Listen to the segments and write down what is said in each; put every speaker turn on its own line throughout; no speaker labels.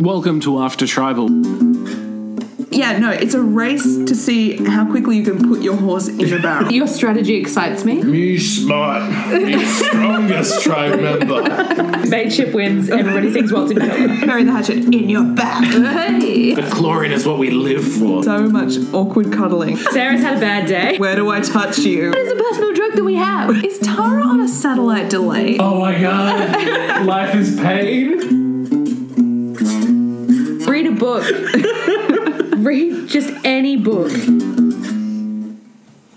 Welcome to After Tribal.
Yeah, no, it's a race to see how quickly you can put your horse in the barrel.
Your strategy excites me.
Me smart, me strongest tribe member.
Mateship wins. Everybody sings Waltz in Velvet.
Bury the hatchet in your back.
Hey.
Chlorine is what we live for.
So much awkward cuddling.
Sarah's had a bad day.
Where do I touch you?
It's a personal joke that we have.
Is Tara on a satellite delay?
Oh my god, life is pain.
Read a book. Read just any book.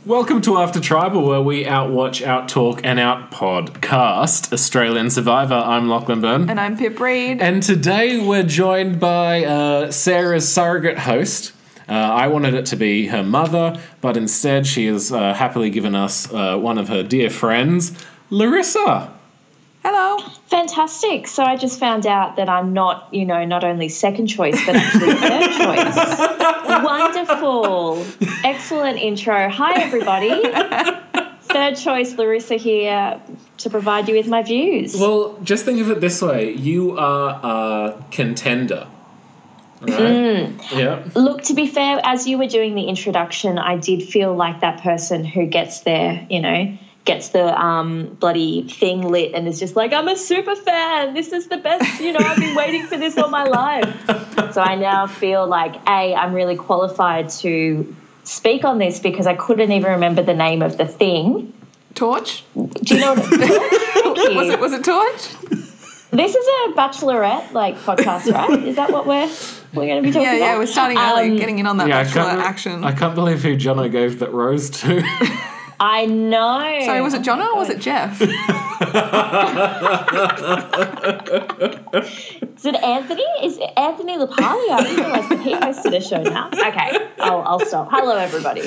Welcome to After Tribal, where we outwatch, outtalk, and outpodcast Australian Survivor. I'm Lachlan Byrne.
And I'm Pip Reed.
And today we're joined by uh, Sarah's surrogate host. Uh, I wanted it to be her mother, but instead she has uh, happily given us uh, one of her dear friends, Larissa.
Hello.
Fantastic. So I just found out that I'm not, you know, not only second choice, but actually third choice. Wonderful. Excellent intro. Hi, everybody. Third choice, Larissa here to provide you with my views.
Well, just think of it this way you are a contender. Right? Yeah.
Mm. Look, to be fair, as you were doing the introduction, I did feel like that person who gets their, you know, gets the um, bloody thing lit and is just like, I'm a super fan. This is the best, you know, I've been waiting for this all my life. So I now feel like, A, I'm really qualified to speak on this because I couldn't even remember the name of the thing.
Torch?
Do you know what Thank
Was
you.
it was it torch?
This is a bachelorette like podcast, right? Is that what we're we're going to be talking
Yeah,
about?
yeah, we're starting early,
Um,
getting in on that
Yeah, I
bachelor
can't,
action.
I can't believe who Jono gave that rose to.
I know.
Sorry, was it Jono or was it Jeff?
Is it Anthony? Is it Anthony Lapaglia? I didn't realize that he hosted a show now. Okay, I'll, I'll stop. Hello, everybody.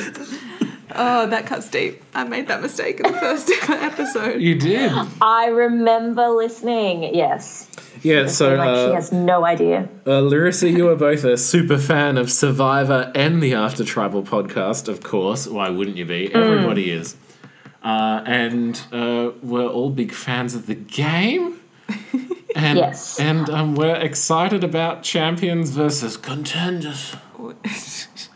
oh, that cuts deep. I made that mistake in the first ever episode.
you did.
I remember listening. Yes,
Yeah, so
like she
uh,
has no idea.
uh, Larissa, you are both a super fan of Survivor and the After Tribal podcast, of course. Why wouldn't you
Mm.
be? Everybody is. Uh, and uh, we're all big fans of the game. And,
Yes.
And um, we're excited about champions versus contenders.
Was it-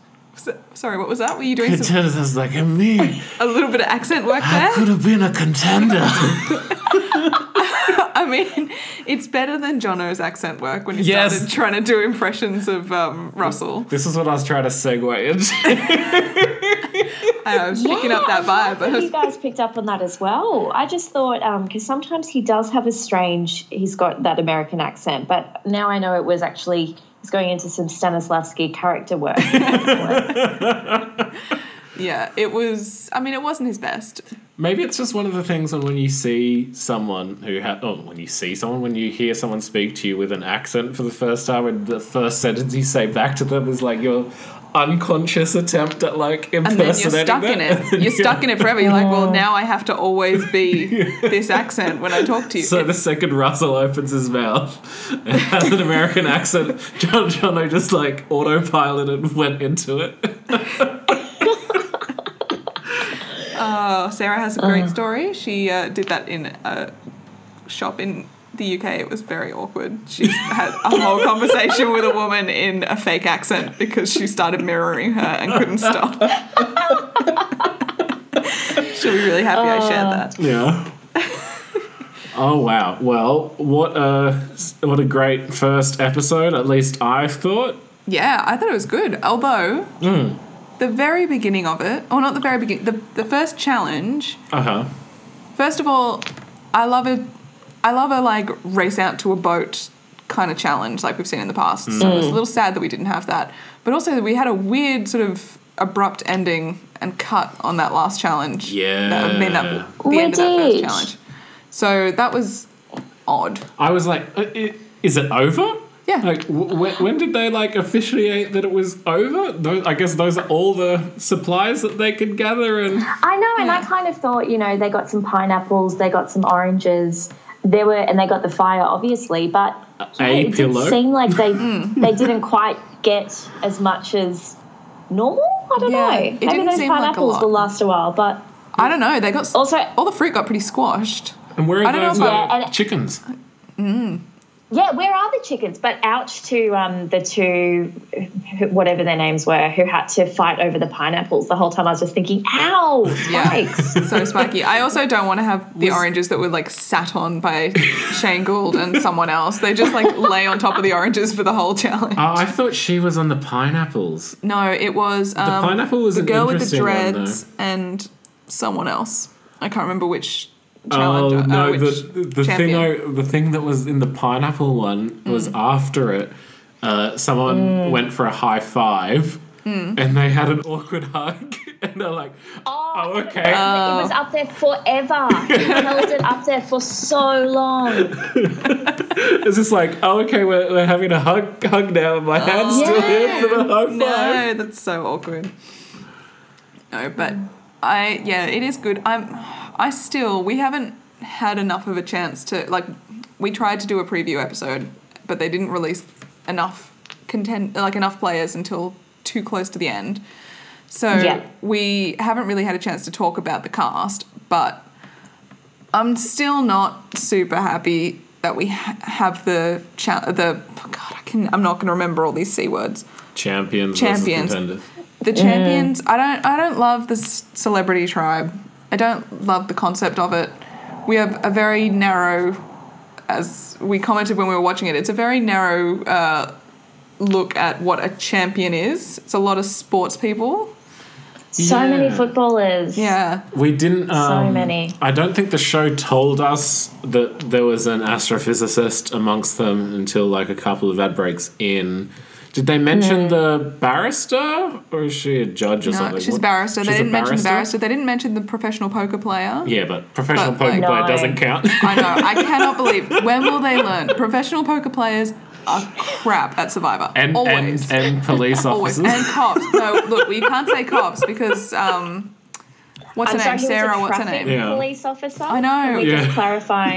Sorry, what was that? Were you doing some,
Contenders like me.
a little bit of accent work
I
there?
could have been a contender.
I mean, it's better than Jono's accent work when you
Yes.
started trying to do impressions of um, Russell.
This is what I was trying to segue into.
I was picking up that
I
vibe.
love You guys picked up on that as well. I just thought because sometimes he does have a strange. He's got that American accent, but now I know it was actually he's going into some Stanislavski character work.
yeah, it was. I mean, it wasn't his best.
Maybe it's just one of the things when, when you see someone who ha- oh, when you see someone, when you hear someone speak to you with an accent for the first time, and the first sentence you say back to them is like your unconscious attempt at like
And
impersonating
then you're stuck in it. You're stuck in it forever. You're like, well, now I have to always be this accent when I talk to you.
So the second Russell opens his mouth and has an American accent, John Jono just like autopiloted went into it.
Oh, Sarah has a great story. She uh, did that in a shop in the UK. It was very awkward. She had a whole conversation with a woman in a fake accent because she started mirroring her and couldn't stop. She'll be really happy I shared that.
Yeah. oh wow. Well, what a what a great first episode. At least I thought.
Yeah, I thought it was good. Although, the very beginning of it, or not the very beginning, the, the first challenge,
Uh huh.
First of all, I love a, I love a like race out to a boat kind of challenge like we've seen in the past. So it's a little sad that we didn't have that, but also that we had a weird sort of abrupt ending and cut on that last challenge. that would mean
Yeah.
that the end of that
We
first
did.
challenge. So that was odd.
I was like, "I- i- is it over?
Yeah.
Like, w- w- when did they like officiate that it was over? Those, I guess those are all the supplies that they could gather, and
I know, and I kind of thought, you know, they got some pineapples, they got some oranges, there were, and they got the fire, obviously, but yeah,
a
it did
pillow.
seem like they
Hmm.
they didn't quite get as much as normal. I don't
Yeah,
know.
it
Maybe
didn't
those
seem like a
pineapples
lot.
will last a while, but
I don't know. They got
also
all the fruit got pretty squashed.
and where
I
are
don't know
those
if I-
uh,
and-
chickens?
Yeah, where are the chickens? But ouch to um, the two, wh- whatever their names were, who had to fight over the pineapples the whole time. I was just thinking, ow,
Yeah.
spikes.
so spiky. I also don't want to have the oranges that were like sat on by Shane Gould and someone else. They just like lay on top of the oranges for the whole challenge.
Oh, I thought she was on the pineapples.
No, it was um,
pineapple was
the
an
girl with the
interesting one,
dreads and someone else. I can't remember which challenge.
Oh
uh,
no,
which
the the thing
champion. Mm.
I, the thing that was in the pineapple one was after it. Uh, someone went for a high five,
Mm.
and they had an awkward hug, and they're like,
Oh,
"Oh,
it-
okay."
Uh,
it was up there forever. It held it up there for so long.
it's just like, "Oh, okay, we're, we're having a hug hug now." and My hand's still here for the high five.
No, that's so awkward. No, but I yeah, it is good. I'm I still we haven't had enough of a chance to like we tried to do a preview episode, but they didn't release enough content like enough players until too close to the end. So
Yeah.
we haven't really had a chance to talk about the cast, but I'm still not super happy that we ha- have the cha- the God, I can I'm not going to remember all these c words
Champions,
Champions.
Champions. Contenders.
the
Mm.
champions i don't i don't love the s- celebrity tribe i don't love the concept of it we have a very narrow as we commented when we were watching it it's a very narrow uh, look at what a champion is it's a lot of sports people
So
Yeah.
many footballers.
yeah
We didn't. Um,
many.
I don't think the show told us that there was an astrophysicist amongst them until like a couple of ad breaks in. Did they mention the barrister, or is she a judge or
no,
something?
she's a
What-
barrister they
she's a
didn't mention the barrister they didn't mention the professional poker player
Yeah, but professional
But,
poker
like-
player
No.
doesn't count.
i know i cannot believe when will they learn professional poker players are crap at survivor
and,
always
and and police
Always.
officers.
And cops. No, look, you can't say cops because um, what's
I'm
her
sorry,
name?
he was a
Sarah. What's her
traffic
name?
Yeah.
Police officer.
I know.
Can we
Yeah.
just clarify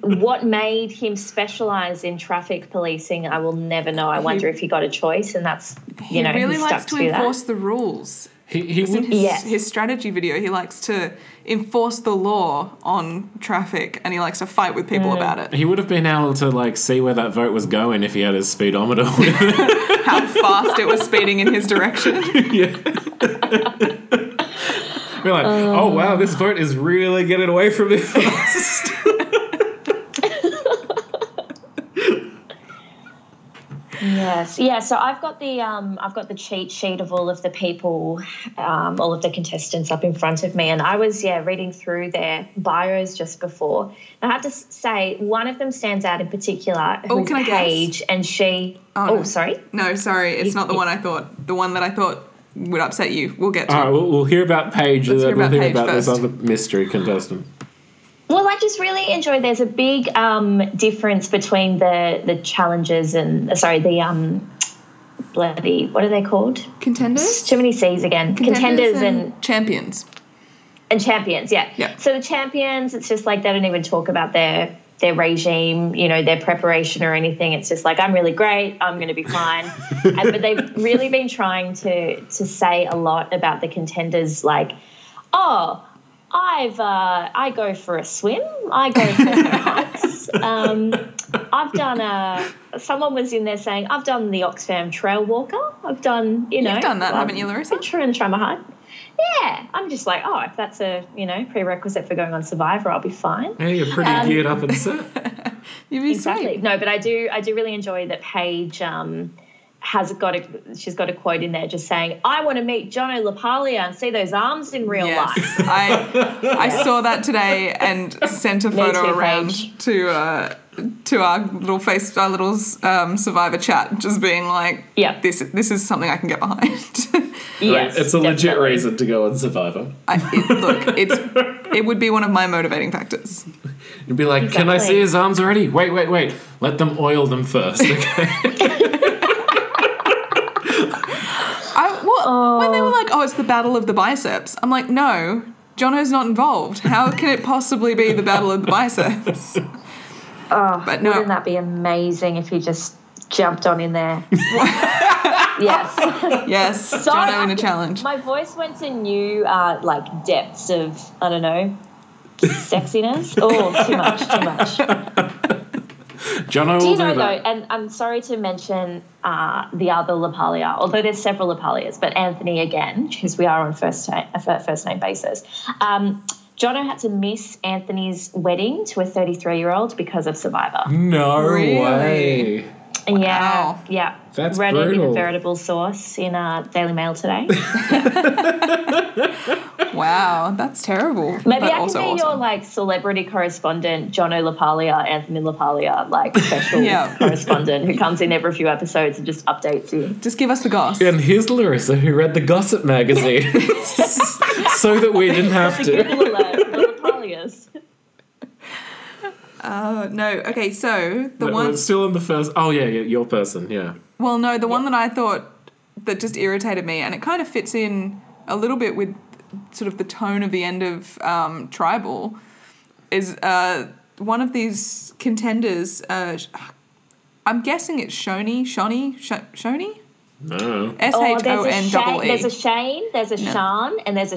what made him specialize in traffic policing? I will never know. I wonder if he got a choice, and that's you
He
know
really
he
likes
stuck
to
to, that.
enforce the rules.
he, he
It's in
would,
his,
Yes.
his strategy video, he likes to enforce the law on traffic, and he likes to fight with people
Mm.
about it.
he would have been able to like see where that vote was going if he had his speedometer.
How fast it was speeding in his direction.
Be like, oh wow, this vote is really getting away from me fast.
Yes, yeah. So I've got the um, I've got the cheat sheet of all of the people, um, all of the contestants up in front of me, and I was yeah reading through their bios just before. And I have to s- say one of them stands out in particular.
Oh,
who's
can I guess?
Paige, and she. Oh,
no.
sorry.
No, sorry, it's not the one I thought. The one that I thought would upset you. We'll get to.
All right, we'll, we'll hear about Paige and
Let's
then
hear
we'll
about
hear
Paige
about this
first.
other mystery contestant.
Well, I just really enjoy. There's a big um, difference between the the challenges and uh, sorry the um, bloody what are they called?
Contenders?
Too many C's again. Contenders, and,
champions.
and champions. Yeah.
Yeah.
So the champions, it's just like they don't even talk about their their regime, you know, their preparation or anything. It's just like I'm really great. I'm going to be fine. and, but they've really been trying to to say a lot about the contenders, like, oh. I've uh, I go for a swim. I go for hikes. Um, I've done a. Someone was in there saying I've done the Oxfam Trail Walker. I've done you know.
You've done that,
um,
haven't you, Larissa?
Try and try my heart. Yeah, I'm just like, oh, if that's a you know prerequisite for going on Survivor, I'll be fine.
Yeah, you're pretty
Um,
geared up and set.
You'd be
Exactly.
sweet.
No, but I do I do really enjoy that Paige um, has got a she's got a quote in there just saying, I want to meet John O'Lapalia and see those arms in real life.
I I saw that today and sent a photo
too,
around
Paige.
to uh, to our little face our little um, survivor chat, just being like,
Yeah.
this this is something I can get behind."
Yes,
it's a legit
definitely.
reason to go on Survivor.
I, it, look, it's it would be one of my motivating factors.
You'd be like, "Can I
Exactly.
see his arms already? Wait, wait, wait. Let them oil them first. Okay?
I well, when they were like, "Oh, it's the battle of the biceps," I'm like, "No." Jono's not involved. How can it possibly be the battle of the biceps?
Oh,
But no.
wouldn't that be amazing if he just jumped on in there? yes.
Yes, Jono in a challenge.
My voice went to new uh, like depths of I don't know sexiness. Oh, too much, too much.
Jono
Do
will
you
do
know though,
that.
and I'm sorry to mention uh, the other Lapalia, although there's several Lapalias, but Anthony again, because we are on first time, first name basis. Um, Jono had to miss Anthony's wedding to a 33 year old because of Survivor.
No
Really?
way.
Yeah, yeah.
That's
Read it in
brutal.
a veritable source in uh, Daily Mail today.
Wow, that's terrible.
Maybe
but
I can
also
be
awesome.
your like celebrity correspondent, Jono Lapalia, Anthony Lapalia, like special
Yeah.
correspondent who comes in every few episodes and just updates you.
Just give us the goss.
And here's Larissa, who read the Gossip magazine, so that we didn't have to.
Google alert, the Lapalias.
Uh, no, okay, so the
But
one.
we're still in the first. Oh yeah, yeah, your person. Yeah.
Well, no, the one that I thought that just irritated me, and it kind of fits in a little bit with sort of the tone of the end of um, Tribal, is uh, one of these contenders. Uh, sh- I'm guessing it's Shoni, Shoni, Sh- Shoni,
No.
S
Oh,
H O
there's a,
N
Shane,
double E.
there's a Shane, there's a Sean, and there's a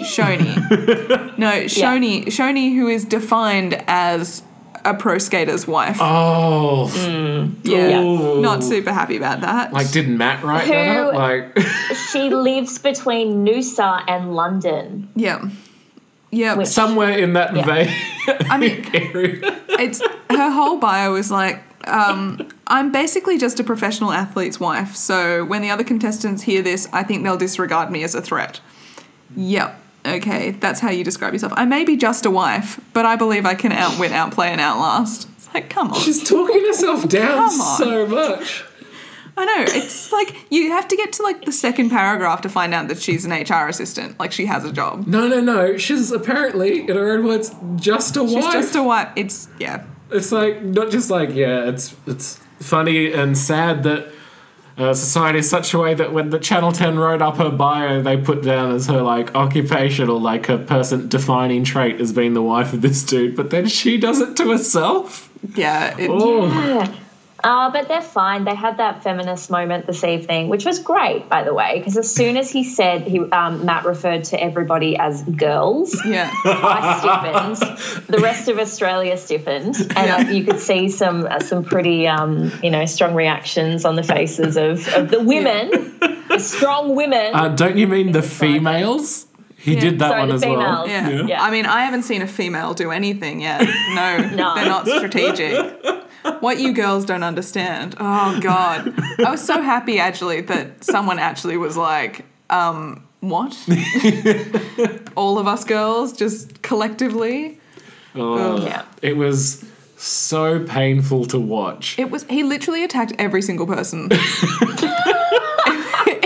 Shoni. No, Shoni, Shoni, who is defined as a pro skater's wife.
Oh,
Mm.
yeah,
ooh.
not super happy about that.
like did Matt write that up?
Who-
Like,
she lives between Noosa and London.
yeah, yeah.
Which-
somewhere in that
Yeah.
vein.
I mean,
area.
it's her whole bio was like um, i'm basically just a professional athlete's wife so when the other contestants hear this i think they'll disregard me as a threat yep okay that's how you describe yourself i may be just a wife but i believe i can outwit outplay and outlast it's like come on
She's talking herself down
Come on.
so much.
i know it's like you have to get to like the second paragraph to find out that she's an hr assistant like she has a job
No, no, no. She's apparently, in her own words, just a
she's
wife.
just a wife it's yeah
it's like not just like yeah. It's it's funny and sad that. Uh, society is such a way that when the Channel 10 wrote up her bio, they put down as her like occupation or like her person defining trait as being the wife of this dude, but then she does it to herself.
yeah it,
Oh,
Uh, but they're fine. They had that feminist moment this evening, which was great, by the way, because as soon as he said he, um, Matt referred to everybody as girls,
yeah
I stiffened. The rest of Australia stiffened, and uh, you could see some uh, some pretty um, you know strong reactions on the faces of, of the women, the strong women.
Uh, don't you mean the females? He did that
Sorry,
one
the
as well.
females.
Yeah.
Yeah.
I mean, I haven't seen a female do anything yet. No,
No.
they're not strategic. What you girls don't understand. Oh God, I was so happy actually that someone actually was like, um, "What? All of us girls just collectively."
Oh,
Yeah.
It was so painful to watch.
It was he literally attacked every single person.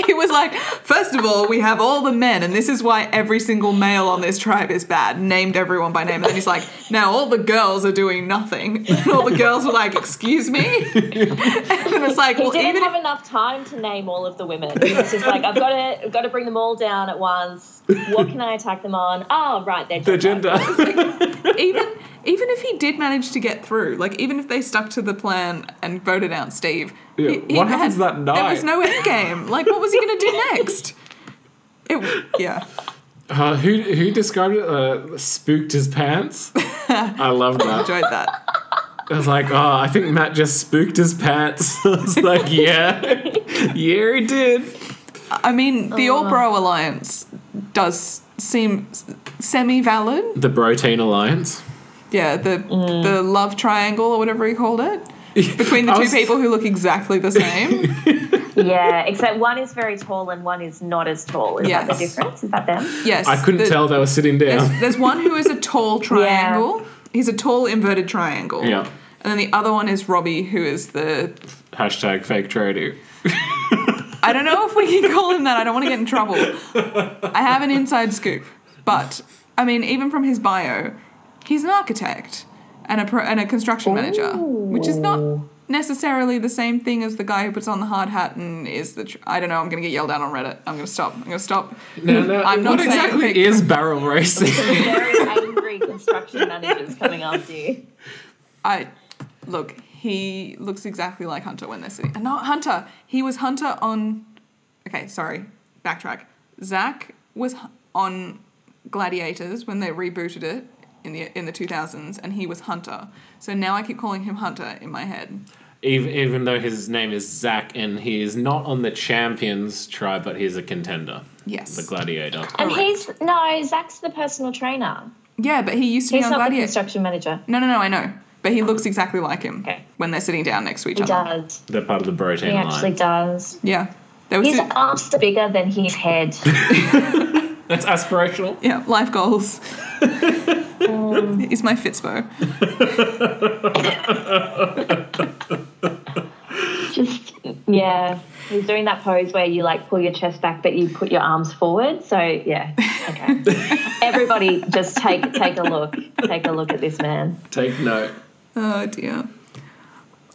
he was like, first of all, we have all the men, and this is why every single male on this tribe is bad. Named everyone by name, and then he's like, now all the girls are doing nothing. And all the girls were like, excuse me. and then it's like,
He
well, e-,
didn't
even
have
if,
enough time to name all of the women. He was just like, I've got to, I've got to bring them all down at once. What can I attack them on? Oh, right, their gender.
The gender.
even even if he did manage to get through, like even if they stuck to the plan and voted out Steve,
Yeah,
he- he
what happens that
There was
night?
no end game. Like, what was he going to do next? It, yeah.
Uh, who who described it? Uh, spooked his pants. I love that.
enjoyed that.
I was like, oh, I think Matt just spooked his pants. I was like, yeah, yeah, he did.
I mean, the All Bro Alliance does seem semi valid.
The Brotein Alliance.
Yeah, the the love triangle or whatever he called it between the
I
two
was-
people who look exactly the same.
Yeah, except one is very tall and one is not as tall. Is that
Yes.
the difference? Is that them?
yes,
I couldn't
the-
tell they were sitting
There's,
down.
there's one who is a tall triangle. He's a tall inverted triangle.
Yeah.
And then the other one is Robbie, who is the.
Hashtag fake trading.
I don't know if we can call him that. I don't want to get in trouble. I have an inside scoop. But, I mean, even from his bio, he's an architect and a, pro- and a construction manager, which is not necessarily the same thing as the guy who puts on the hard hat and is the. Tr- I don't know, I'm going to get yelled at on Reddit. I'm going to stop. I'm going to stop.
No, no,
I'm not
what
saying fake
exactly is barrel racing?
Very angry construction managers coming after you.
I look. He looks exactly like Hunter when they're sitting. No, Hunter. He was Hunter on. Okay, sorry. Backtrack. Zach was hu- on Gladiators when they rebooted it
in the in the 2000s, and he was Hunter. So now I keep calling him Hunter in my head.
Even, even though his name is Zach and he is not on the champions tribe, but he's a contender.
Yes.
The gladiator.
And he's no, Zach's the personal trainer.
Yeah, but he used to
He's
be on
not the
Gladiator.
construction manager.
No, no, no, I know. But he looks exactly like him
Okay.
when they're sitting down next to each
He
other.
does.
They're part of the protein
He
line.
actually does.
Yeah. There was
His
two-
arms are bigger than his head.
That's aspirational.
yeah, life goals.
Um.
He's my Fitzbo.
Just yeah. He's doing that pose where you like pull your chest back but you put your arms forward. So yeah. Okay. Everybody just take take a look. Take a look at this man.
Take note.
Oh dear.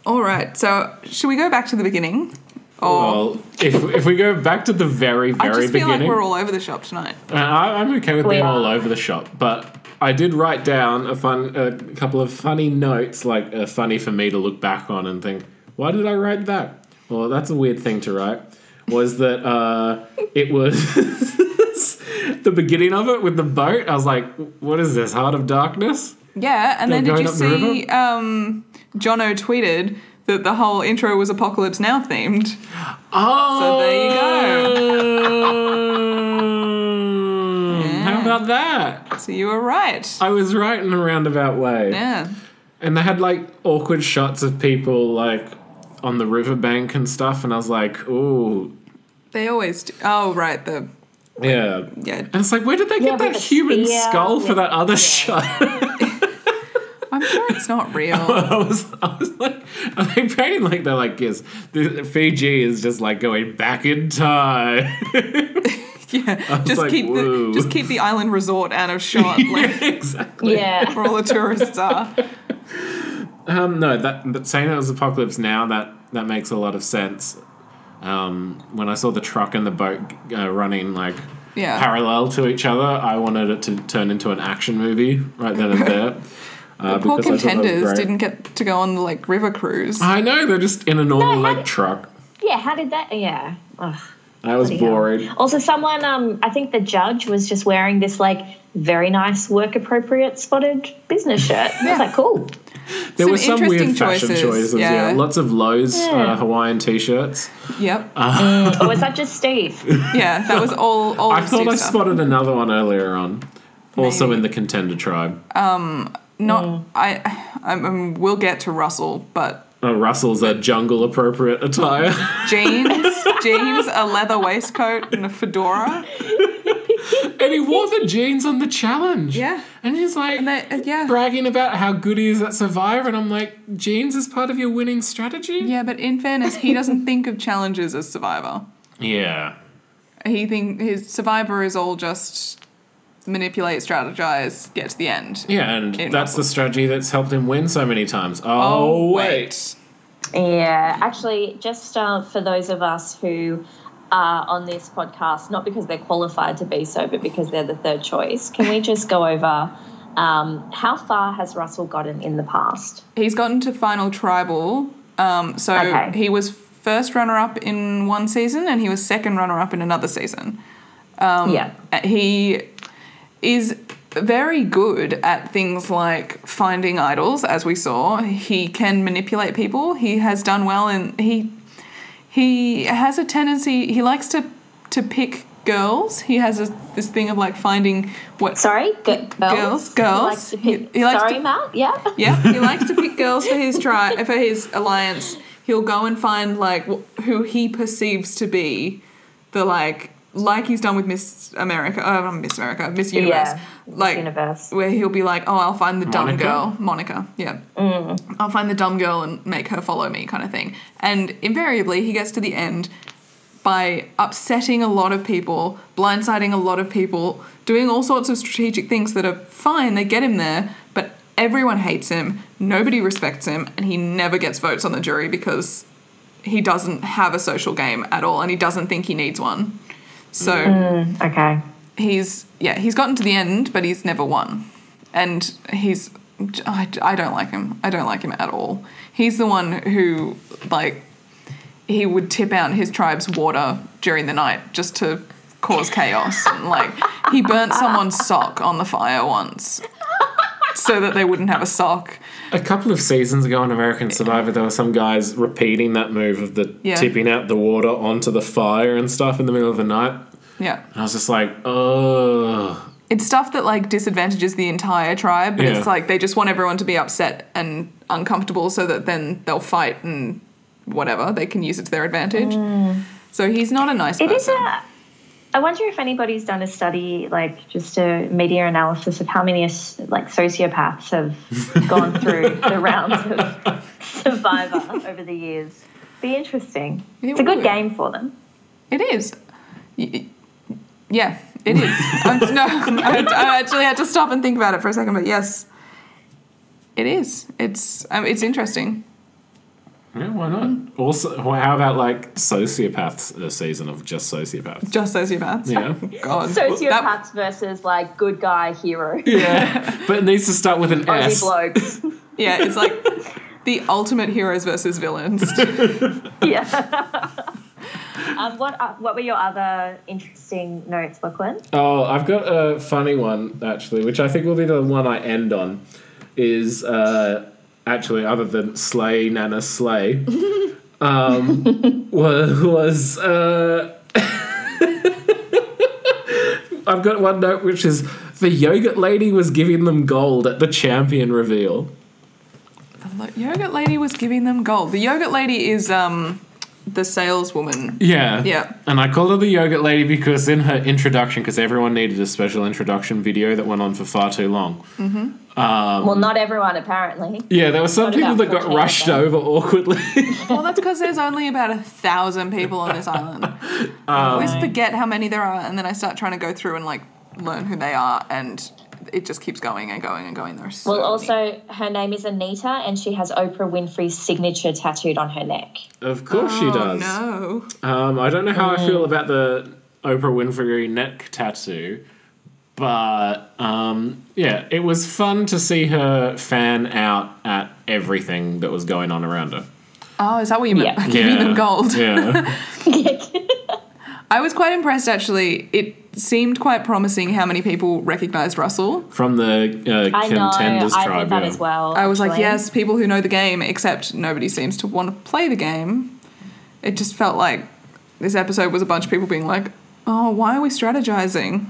All right. So should we go back to the beginning? Or
Well, if, if we go back to the very,
I
very
just feel
beginning,
like we're all over the shop tonight.
Uh, I, I'm okay with
We
being all
are.
over the shop, but I did write down a fun, a couple of funny notes, like uh, funny for me to look back on and think, why did I write that? Well, that's a weird thing to write. Was that uh, it was the beginning of it with the boat? I was like, what is this, Heart of Darkness?
Yeah, and then
They're
did you
going up the
see um Jono tweeted that the whole intro was Apocalypse Now themed.
Oh,
there you
go. How about that?
So you were right.
I was right in a roundabout way.
Yeah.
And they had like awkward shots of people like on the riverbank and stuff, and I was like, ooh,
They always do. Oh right, the
yeah.
yeah.
And it's like, where did they
Yeah,
get
with
that
the
human
spear,
skull for
yeah.
that other shot?
I'm sure it's not real.
I was, I was like, are they painting like they're like, yes, the Fiji is just like going back in time.
Yeah. Just
like,
keep
whoa.
the just keep the island resort out of shot like
exactly.
Yeah.
where all the tourists are.
Um, no, that but saying it was apocalypse now that that makes a lot of sense. Um, when I saw the truck and the boat uh, running like
Yeah.
parallel to each other, I wanted it to turn into an action movie right then and there. Uh, because I
Poor
thought that was
contenders
great. Ah.
didn't get to go on the like river cruise.
I know they're just in a normal
No, I-
like truck.
Yeah, how did that yeah. Ugh.
That was
Bloody hell.
boring.
Also, someone, um, I think the judge was just wearing this like very nice work appropriate spotted business shirt. I was like, cool.
There
Some
were some weird
interesting
fashion
choices,
choices. yeah.
yeah.
lots of Lowe's
Yeah.
uh, Hawaiian t-shirts.
Yep.
Or was that just Steve?
yeah, that was all all
I
of
thought I
Steve's stuff.
spotted another one earlier on, also
Maybe.
in the contender tribe.
Not I I mean, Um, we'll get to Russell, but
Uh, Russell's a jungle appropriate attire.
jeans, jeans, a leather waistcoat and a fedora.
And he wore the jeans on the challenge.
Yeah.
And he's like
And they, uh, yeah.
bragging about how good he is at Survivor. And I'm like, jeans is part of your winning strategy?
Yeah, but in fairness, he doesn't think of challenges as survivor.
Yeah.
He think his survivor is all just manipulate, strategize, get to the end.
Yeah, and
In
that's the strategy that's helped him win so many times. Oh, wait.
yeah, actually, just uh, for those of us who are on this podcast, not because they're qualified to be so, but because they're the third choice, can we just go over um, how far has Russell gotten in the past?
He's gotten to final tribal. Um, so
Okay.
he was first runner up in one season and he was second runner up in another season.
yeah.
Uh, He is very good at things like finding idols, as we saw. He can manipulate people. He has done well and he he has a tendency he likes to to pick girls. He has a, this thing of like finding what
Sorry, g-
Girls,
girls. He
girls.
likes to pick-
He- he likes
Sorry,
to-
Matt. Yeah.
Yeah, he likes to pick girls for his tri- for his alliance. He'll go and find like wh- who he perceives to be the like like he's done with Miss America, uh, not Miss America, Miss Universe.
Yeah,
like
Universe.
where he'll be like, "Oh, I'll find the dumb
Monica?
girl, Oh, Monica." Yeah. I'll find the dumb girl and make her follow me kind of thing. And invariably he gets to the end by upsetting a lot of people, blindsiding a lot of people, doing all sorts of strategic things that are fine, they get him there, but everyone hates him, nobody respects him, and he never gets votes on the jury because he doesn't have a social game at all and he doesn't think he needs one. So
Okay.
he's yeah he's gotten to the end but he's never won and he's I, I don't like him i don't like him at all he's the one who like he would tip out his tribe's water during the night just to cause chaos and like he burnt someone's sock on the fire once so that they wouldn't have a sock.
A couple of seasons ago on American Survivor, there were some guys repeating that move of the
Yeah.
tipping out the water onto the fire and stuff in the middle of the night.
Yeah.
And I was just like, oh.
It's stuff that like disadvantages the entire tribe, but
Yeah.
it's like they just want everyone to be upset and uncomfortable so that then they'll fight and whatever. They can use it to their advantage. So he's not a nice
Mm. It is
person.
a. I wonder if anybody's done a study, like just a media analysis of how many like sociopaths have gone through the rounds of Survivor over the years. Be interesting.
It
it's a good
would.
game for them.
It is. Y- y- Yeah, it is. I'm, no, I, I actually had to stop and think about it for a second, but yes, it is. It's um, it's interesting.
Yeah, why not? Also, well, how about like sociopaths? A season of just sociopaths.
Just sociopaths.
Yeah,
God.
Sociopaths
That-
versus like good guy hero.
but it needs to start with an
Ugly
S.
blokes.
yeah, it's like the ultimate heroes versus villains.
yeah. um, what uh, what were your other interesting notes, Brooklyn?
Oh, I've got a funny one actually, which I think will be the one I end on. Is uh, actually other than slay Nana slay, um, was, was uh, I've got one note which is the yogurt lady was giving them gold at the champion reveal.
The yogurt lady was giving them gold. The yogurt lady is um the saleswoman.
Yeah.
Yeah.
And I called her the yogurt lady because in her introduction, because everyone needed a special introduction video that went on for far too long.
well, not everyone apparently.
Yeah, there were some
What
people
about
that got
14
rushed
of
over awkwardly.
Well, that's because there's only about a thousand people on this island. I always forget how many there are, and then I start trying to go through and like learn who they are, and it just keeps going and going and going. There's so
Well,
many.
also, her name is Anita, and she has Oprah Winfrey's signature tattooed on her neck.
of course she
Oh
does.
no!
Um, I don't know how I feel about the Oprah Winfrey neck tattoo, but um, yeah, it was fun to see her fan out at everything that was going on around her.
Oh, is that what you meant?
Yeah.
by Giving them gold.
Yeah.
I was quite impressed actually. It seemed quite promising how many people recognized Russell.
From the uh,
I know.
contenders
I
tribe.
did that
yeah.
as well.
I was like,
actually.
yes, people who know the game, except nobody seems to want to play the game. It just felt like this episode was a bunch of people being like, oh, why are we strategizing?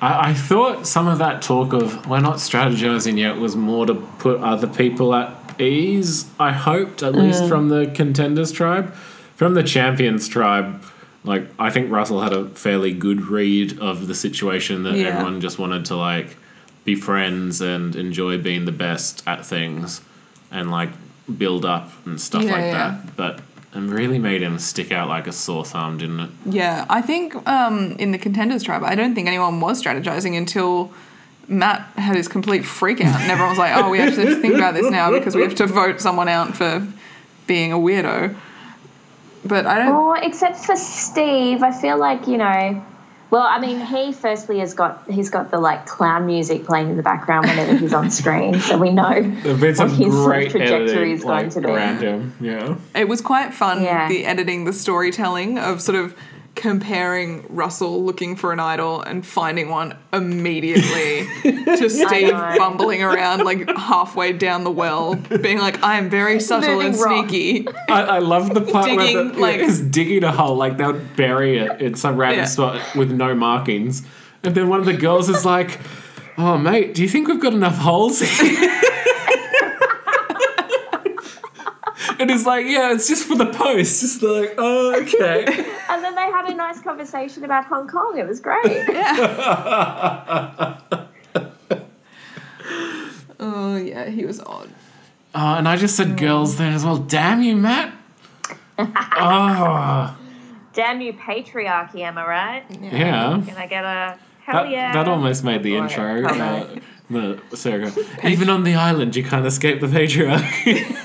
I, I thought some of that talk of we're not strategizing yet was more to put other people at ease. I hoped, at
Mm.
least from the contenders tribe, from the champions tribe. Like I think Russell had a fairly good read of the situation that
Yeah.
everyone just wanted to like be friends and enjoy being the best at things and like build up and stuff
Yeah,
like
yeah.
that. But it really made him stick out like a sore thumb, didn't it?
Yeah, I think um, in the contenders tribe, I don't think anyone was strategizing until Matt had his complete freak out, and everyone was like, "Oh, we actually have to think about this now because we have to vote someone out for being a weirdo." But I don't.
Oh, except for Steve, I feel like you know. Well, I mean, he firstly has got he's got the like clown music playing in the background whenever he's on screen, so we know
The bits
what
of
his sort of
great
trajectory
editing
is going
like,
to be.
around him. Yeah.
It was quite fun.
Yeah.
The editing, the storytelling of sort of comparing Russell looking for an idol and finding one immediately to Steve
know.
bumbling around like halfway down the well, being like, "I am very subtle
Moving
and
rock.
sneaky."
I, I love the part where
Digging,
the,
like-
like, it's digging a hole, like they'll bury it in some random
Yeah.
spot with no markings. And then one of the girls is like, Oh, mate, do you think we've got enough holes here? and it's like, Yeah, it's just for the post. It's like, Oh, okay.
And then they had a nice conversation about Hong Kong. It was great.
Oh yeah, he was odd.
Oh, and I just said girls there as well. Damn you, Matt. oh,
Damn you, patriarchy! Am I right?
yeah.
Can I get a hell
That,
Oh, yeah?
that almost made
Oh,
the
Or-
intro.
Hello.
Uh, the Sarah, even on the island, you can't escape the patriarchy.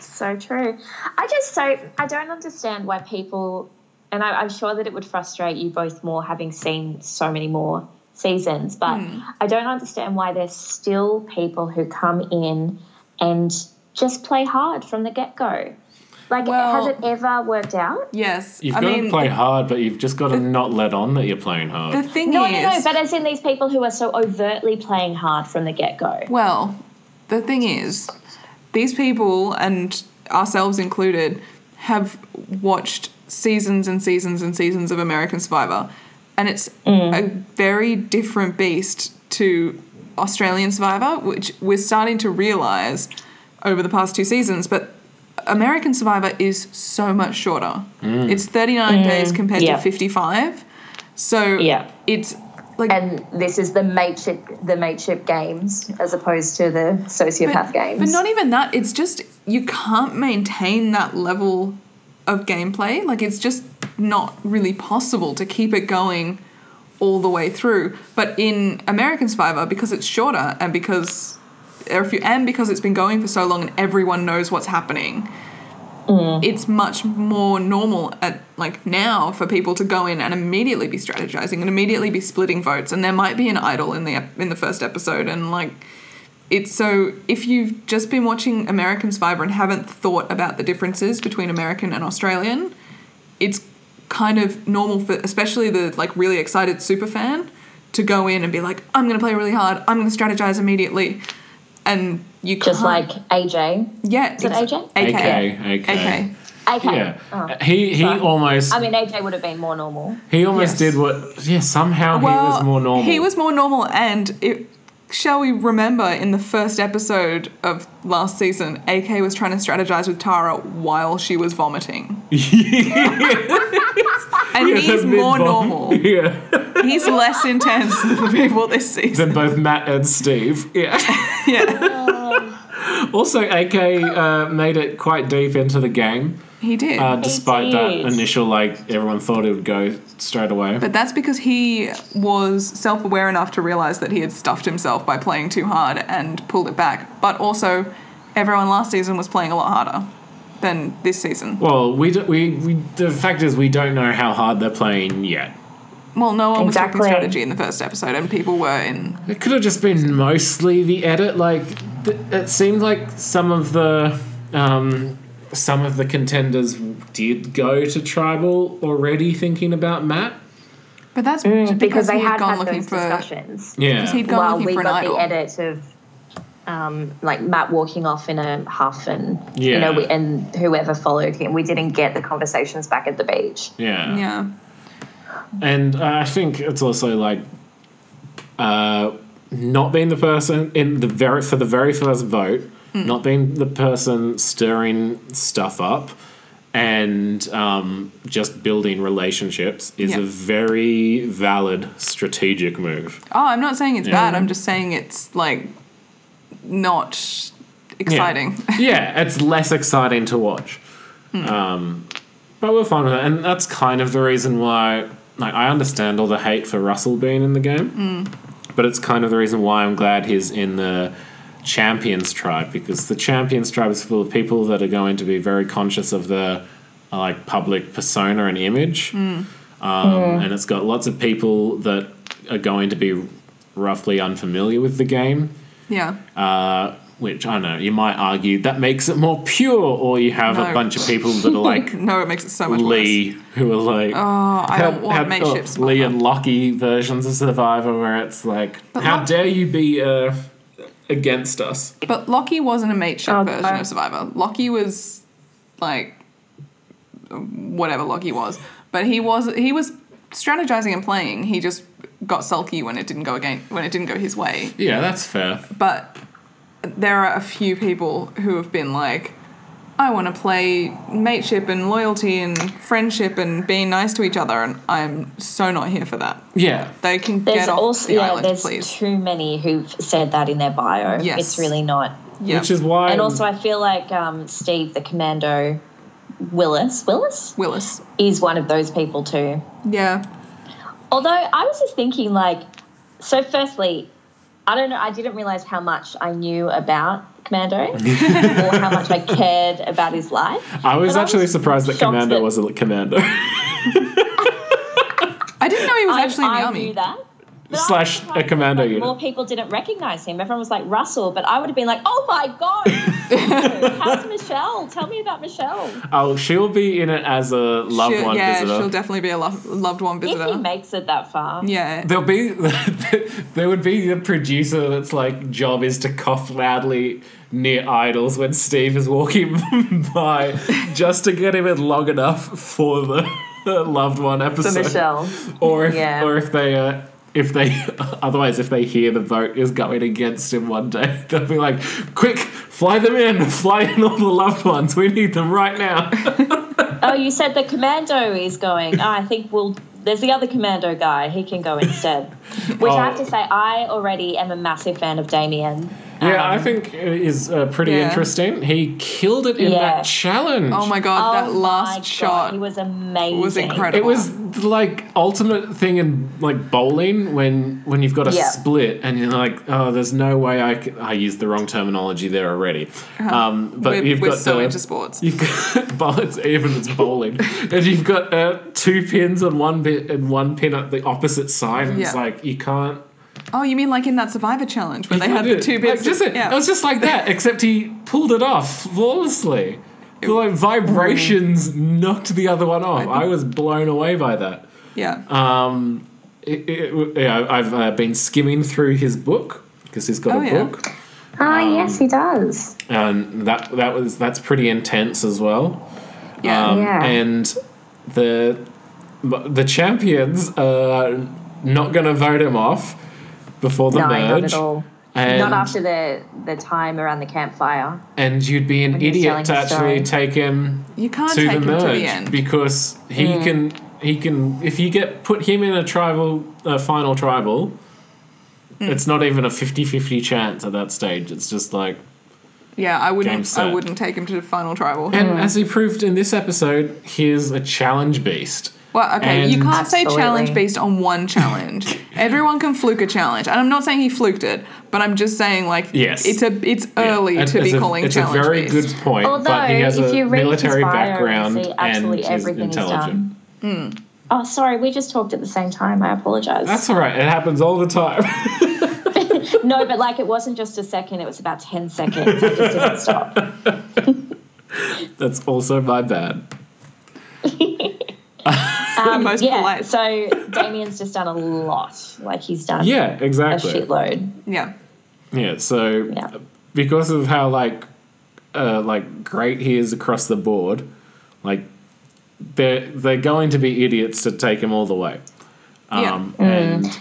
So true. I just so I don't understand why people, and I, I'm sure that it would frustrate you both more having seen so many more seasons, but I don't understand why there's still people who come in and just play hard from the get go. Like,
Well-
has it ever worked out?
Yes,
You've
I
got
mean
to play hard, but you've just got to not let on that you're playing hard.
the thing
No,
is.
no, no. But as in these people who are so overtly playing hard from the get go.
Well, the thing is, these people and ourselves included have watched seasons and seasons and seasons of American Survivor, and it's
Mm.
a very different beast to Australian Survivor, which we're starting to realize over the past two seasons. But American Survivor is so much shorter. It's 39 days compared
Mm. yeah.
to 55. So
Yeah.
it's like
And this is the mateship, the mateship games, as opposed to the sociopath games.
But not even that. It's just you can't maintain that level of gameplay. Like it's just not really possible to keep it going all the way through. But in American Survivor, because it's shorter and because or if you and because it's been going for so long and everyone knows what's happening. It's much more normal at like now for people to go in and immediately be strategizing and immediately be splitting votes, and there might be an idol in the ep- in the first episode, and like it's so if you've just been watching American Survivor and haven't thought about the differences between American and Australian, it's kind of normal for especially the like really excited super fan to go in and be like, I'm gonna play really hard, I'm gonna strategize immediately. And you
just
can't-
like AJ.
yeah,
it
exa-
AJ?
AK.
okay, okay.
AK.
AK.
Yeah. Uh,
Oh.
Uh,
He he
Sorry.
almost
I mean, AJ would have been more normal.
he almost
yes.
did what yeah, somehow he was more normal.
He was more normal, and it, shall we remember in the first episode of last season, AK was trying to strategize with Tara while she was vomiting. and he's
That's
more
mid-vom.
normal.
Yeah.
He's less intense than the people this season.
Than both Matt and Steve. Yeah.
Yeah,
Also, AK uh, made it quite deep into the game,
he did.
uh, despite
did.
that initial like everyone thought it would go straight away.
But that's because he was self aware enough to realize that he had stuffed himself by playing too hard and pulled it back. But also, everyone last season was playing a lot harder than this season. Well,
well, we, do, we we the fact is we don't know how hard they're playing yet.
no one was talking
Exactly.
strategy in the first episode, and people were in.
It could have just been mostly the edit. Like th- it seemed like some of the um, some of the contenders did go to tribal already, thinking about Matt.
But that's because,
Mm, Because they
he had
had
gone
had
looking
those
for.
discussions.
Yeah,
Because he'd gone
While
looking
we
for an
got the
idol.
edit of um, like Matt walking off in a huff and
Yeah.
you know we, and whoever followed him, we didn't get the conversations back at the beach.
yeah,
Yeah.
And uh, I think it's also like uh, not being the person in the very for the very first vote, not being the person stirring stuff up, and um, just building relationships is
Yeah.
a very valid strategic move.
Oh, I'm not saying it's bad. I'm just saying it's like not exciting.
yeah, it's less exciting to watch. Um, but we're fine with it. And that's kind of the reason why like I understand all the hate for Russell being in the game. But it's kind of the reason why I'm glad he's in the champions tribe because the champions tribe is full of people that are going to be very conscious of their uh, like public persona and image. Um, And it's got lots of people that are going to be roughly unfamiliar with the game
yeah.
uh, which I don't know you might argue that makes it more pure, or you have a
No.
bunch of people that are like
No, it makes it so much worse.
Lee, who are like
Oh, I don't want mateship
oh, Lee
Survivor.
and Lockie versions of Survivor, where it's like, how
Lock-
dare you be uh, against us?
But Lockie wasn't a mateship
Oh,
version
I-
of Survivor. Lockie was like whatever Lockie was, but he was he was strategizing and playing. He just got sulky when it didn't go again when it didn't go his way.
Yeah, that's fair.
But there are a few people who have been like, I want to play mateship and loyalty and friendship and being nice to each other, and I'm so not here for that.
Yeah,
They can
There's
get off
also
the
yeah,
island,
there's
please.
too many who've said that in their bio.
Yes.
It's really not.
Yeah.
which is why.
And also, I feel like um, Steve, the commando, Willis, Willis
Willis.
is one of those people too.
Yeah.
Although I was just thinking, like, so firstly, I don't know, I didn't realize how much I knew about Commando or how much I cared about his life.
I was
but I
actually
was
surprised that
shocked
Commander
that-
was a Commander.
I didn't know he was
I,
actually in the
I
army.
knew that. But I was
Slash a
surprised
commando
that
unit.
More people didn't recognize him. Everyone was like Russell, but I would have been like, "Oh my god, how's Michelle? Tell me about Michelle."
Oh, she'll be in it as a loved
She'll-
one
yeah,
visitor.
she'll definitely be a lo- loved one
If he
visitor.
makes it that far,
Yeah.
There'll be there would be the producer that's like job is to cough loudly near idols when Steve is walking by, just to get him in long enough for the, the loved one episode. or if
yeah.
or if they uh, if they otherwise if they hear the vote is going against him one day, they'll be like, "Quick, fly them in, fly in all the loved ones. We need them right now."
Oh, you said the commando is going. Oh, I think we'll. There's the other commando guy. He can go instead. Which I have
Oh.
to say, I already am a massive fan of Damien. Um,
yeah, I think it is uh, pretty
Yeah.
interesting. He killed it in
Yeah.
that challenge.
Oh my god, that
my
last
God,
shot
He
was,
was amazing.
incredible.
It was like ultimate thing in like bowling when when you've got a
Yeah.
split and you're like, oh, there's no way I c- I used the wrong terminology there already. Um, but
We're-
you've
we're
got
so
the-
into sports.
You've got well, it's, even it's bowling, and you've got uh, two pins on one bit and one pin at the opposite side, and it's
Yeah.
like you can't.
Oh, you mean like in that Survivor challenge where they had
do
the
it.
two bits?
Like, just it.
yeah.
it was just like that, except he pulled it off flawlessly. The like vibrations
Mm.
knocked the other one off. I was blown away by that.
yeah.
Um, it, it, yeah, I've uh, been skimming through his book because he's got
Oh,
a
yeah.
book,
Ah, yes, he does.
and that that was that's pretty intense as well.
yeah.
Um,
Yeah.
And the the champions are not going to vote him off before the
No,
merge.
not at all.
And,
Not after the the time around the campfire.
and you'd be an
he was
idiot
telling
to
his
actually
story.
take him
you can't
to
take
the
him
merge
to the end. Hmm.
because he can he can if you get put him in a tribal a final tribal
Hmm.
it's not even a 50-50 chance at that stage it's just like
yeah, I
Game
wouldn't.
set.
I wouldn't take him to the final tribal.
and as he proved in this episode he's a challenge beast
Well, okay, you
And-
can't say
Absolutely.
challenge based on one challenge. Everyone can fluke a challenge, and I'm not saying he fluked it, but I'm just saying like
Yes.
it's a it's early
It-
to
it's
be
a-
calling
it's
challenge
a very
based.
good point
Although,
but he has
if
a
you read his
military
bio, you
background
see
and
absolutely
he's
everything he's done.
intelligent
Oh, sorry, we just talked at the same time. I apologize.
that's all right it happens all the time
no, but like it wasn't just a second; it was about ten seconds. I just didn't stop.
that's also my bad
the most
Um, yeah.
polite.
So Damien's just done a lot. Like he's done
yeah
a
exactly
shitload.
yeah,
Yeah, so
Yeah.
because of how like uh, like great he is across the board, like they're they're going to be idiots to take him all the way.
Yeah.
Um and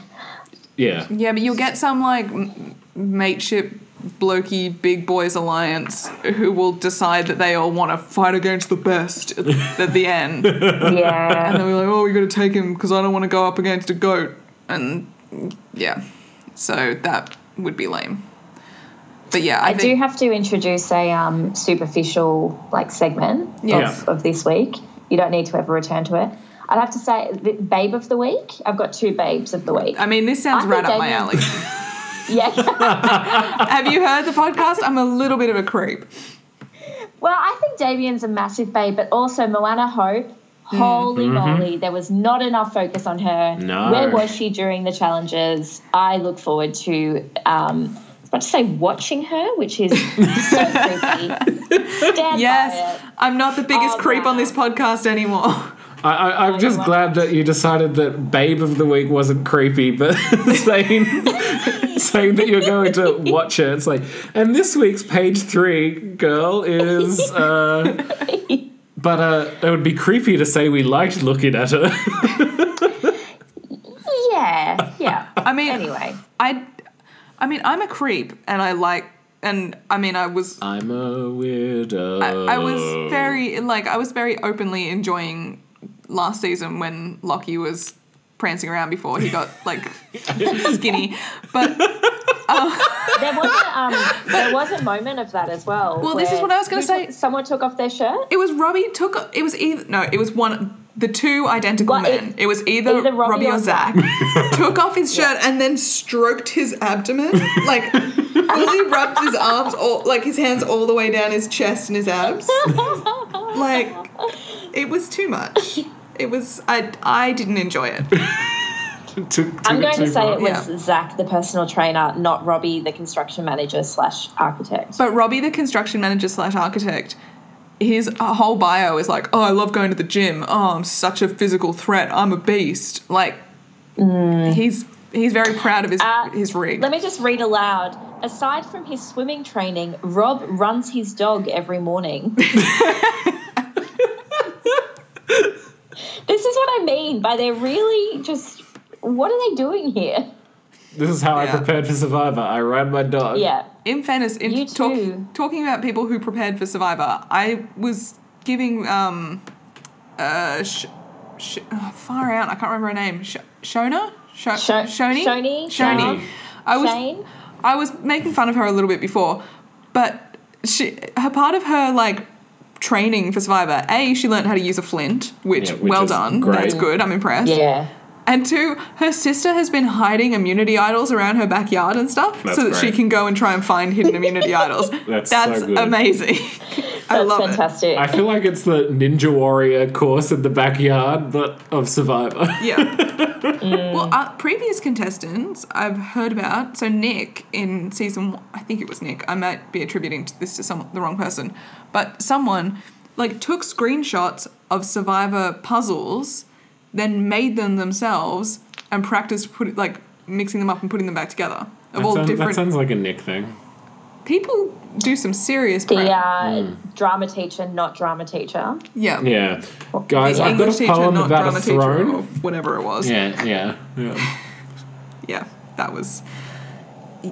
yeah.
yeah, but you'll get some like m- mateship blokey big boys alliance who will decide that they all want to fight against the best at, at the end, and
Yeah.
they'll be like, oh, we got to take him because I don't want to go up against a goat, and yeah, so that would be lame. But yeah, I,
I
think,
do have to introduce a um, superficial like segment
Yes.
of, of this week. You don't need to ever return to it. I'd have to say the babe of the week. I've got two babes of the week.
I mean, this sounds
I
right
think
up my alley.
Damien- yeah.
Have you heard the podcast? I'm a little bit of a creep.
Oh, well, I think Damien's a massive babe, but also Moana Hope.
Mm-hmm.
Holy moly, there was not enough focus on her.
No.
Where was she during the challenges? I look forward to um I was about to say watching her, which is so creepy. Stand
Yes,
by it.
I'm not the biggest
Oh,
creep on
wow.
this podcast anymore.
I, Oh, I, I'm just
you're
glad that you decided that Babe of the Week wasn't creepy, but saying saying that you're going to watch it, it's like, and this week's page three girl is. Uh, but uh, it would be creepy to say we liked looking at her.
Yeah, yeah.
I mean,
anyway.
I, I mean, I'm a creep, and I like, and I mean, I was,
I'm a weirdo.
I was very like, I was very openly enjoying last season when Lockie was prancing around before he got like skinny, but
There was a um, there was a moment of that as well.
Well, this
where
is what I was gonna
who
say.
took- someone took off their shirt.
it was Robbie took it was either no, it was one the two identical
Well, it-
men. It, was either,
either
Robbie,
Robbie
or
or
Zach took off his shirt and then stroked his abdomen, like really rubbed his arms all like his hands all the way down his chest and his abs. Like it was too much. It was I I didn't enjoy it.
To, to,
I'm
to-
going to say
far.
it was Zach, the personal trainer, not Robbie, the construction manager slash architect.
But Robbie, the construction manager slash architect, his uh, whole bio is like, "Oh, I love going to the gym. Oh, I'm such a physical threat. I'm a beast." Like, he's he's very proud of his
Uh,
his rig.
Let me just read aloud. Aside from his swimming training, Rob runs his dog every morning. this is what I mean by they're really just. What are they doing here?
This is how
Yeah.
I prepared for Survivor. I ran my dog.
Yeah.
in fairness, in
You
talk,
too.
talking about people who prepared for Survivor, I was giving um, uh, sh- sh- oh, far out. I can't remember her name. Sh- Shona, Sh-
Sho-
Shoni,
Shoni?
Shoni.
Shoni.
I was
Shane?
I was making fun of her a little bit before, but she her part of her like training for Survivor. A, she learned how to use a flint, which,
Yeah, which
well
is
done.
great.
That's good. I'm impressed.
Yeah.
And two, her sister has been hiding immunity idols around her backyard and stuff
That's
so that she
great.
can go and try and find hidden immunity idols.
That's so good.
amazing. I
That's
love
fantastic.
I feel like it's the Ninja Warrior course in the backyard, but of Survivor.
it. Yeah. Well, uh, previous contestants I've heard about. So Nick in season, one, I think it was Nick. I might be attributing this to some the wrong person, but someone like took screenshots of Survivor puzzles, then made them themselves and practiced put like mixing them up and putting them back together. Of
That,
all
sounds, that
different
sounds like a Nick thing.
people do some serious
the
prep.
uh,
Mm.
drama teacher, not drama teacher.
yeah.
Yeah. Guys,
The
I've got
English
a
teacher,
poem
not
about
drama
a
teacher, or
throne.
whatever it was.
Yeah, yeah, yeah.
Yeah, that was.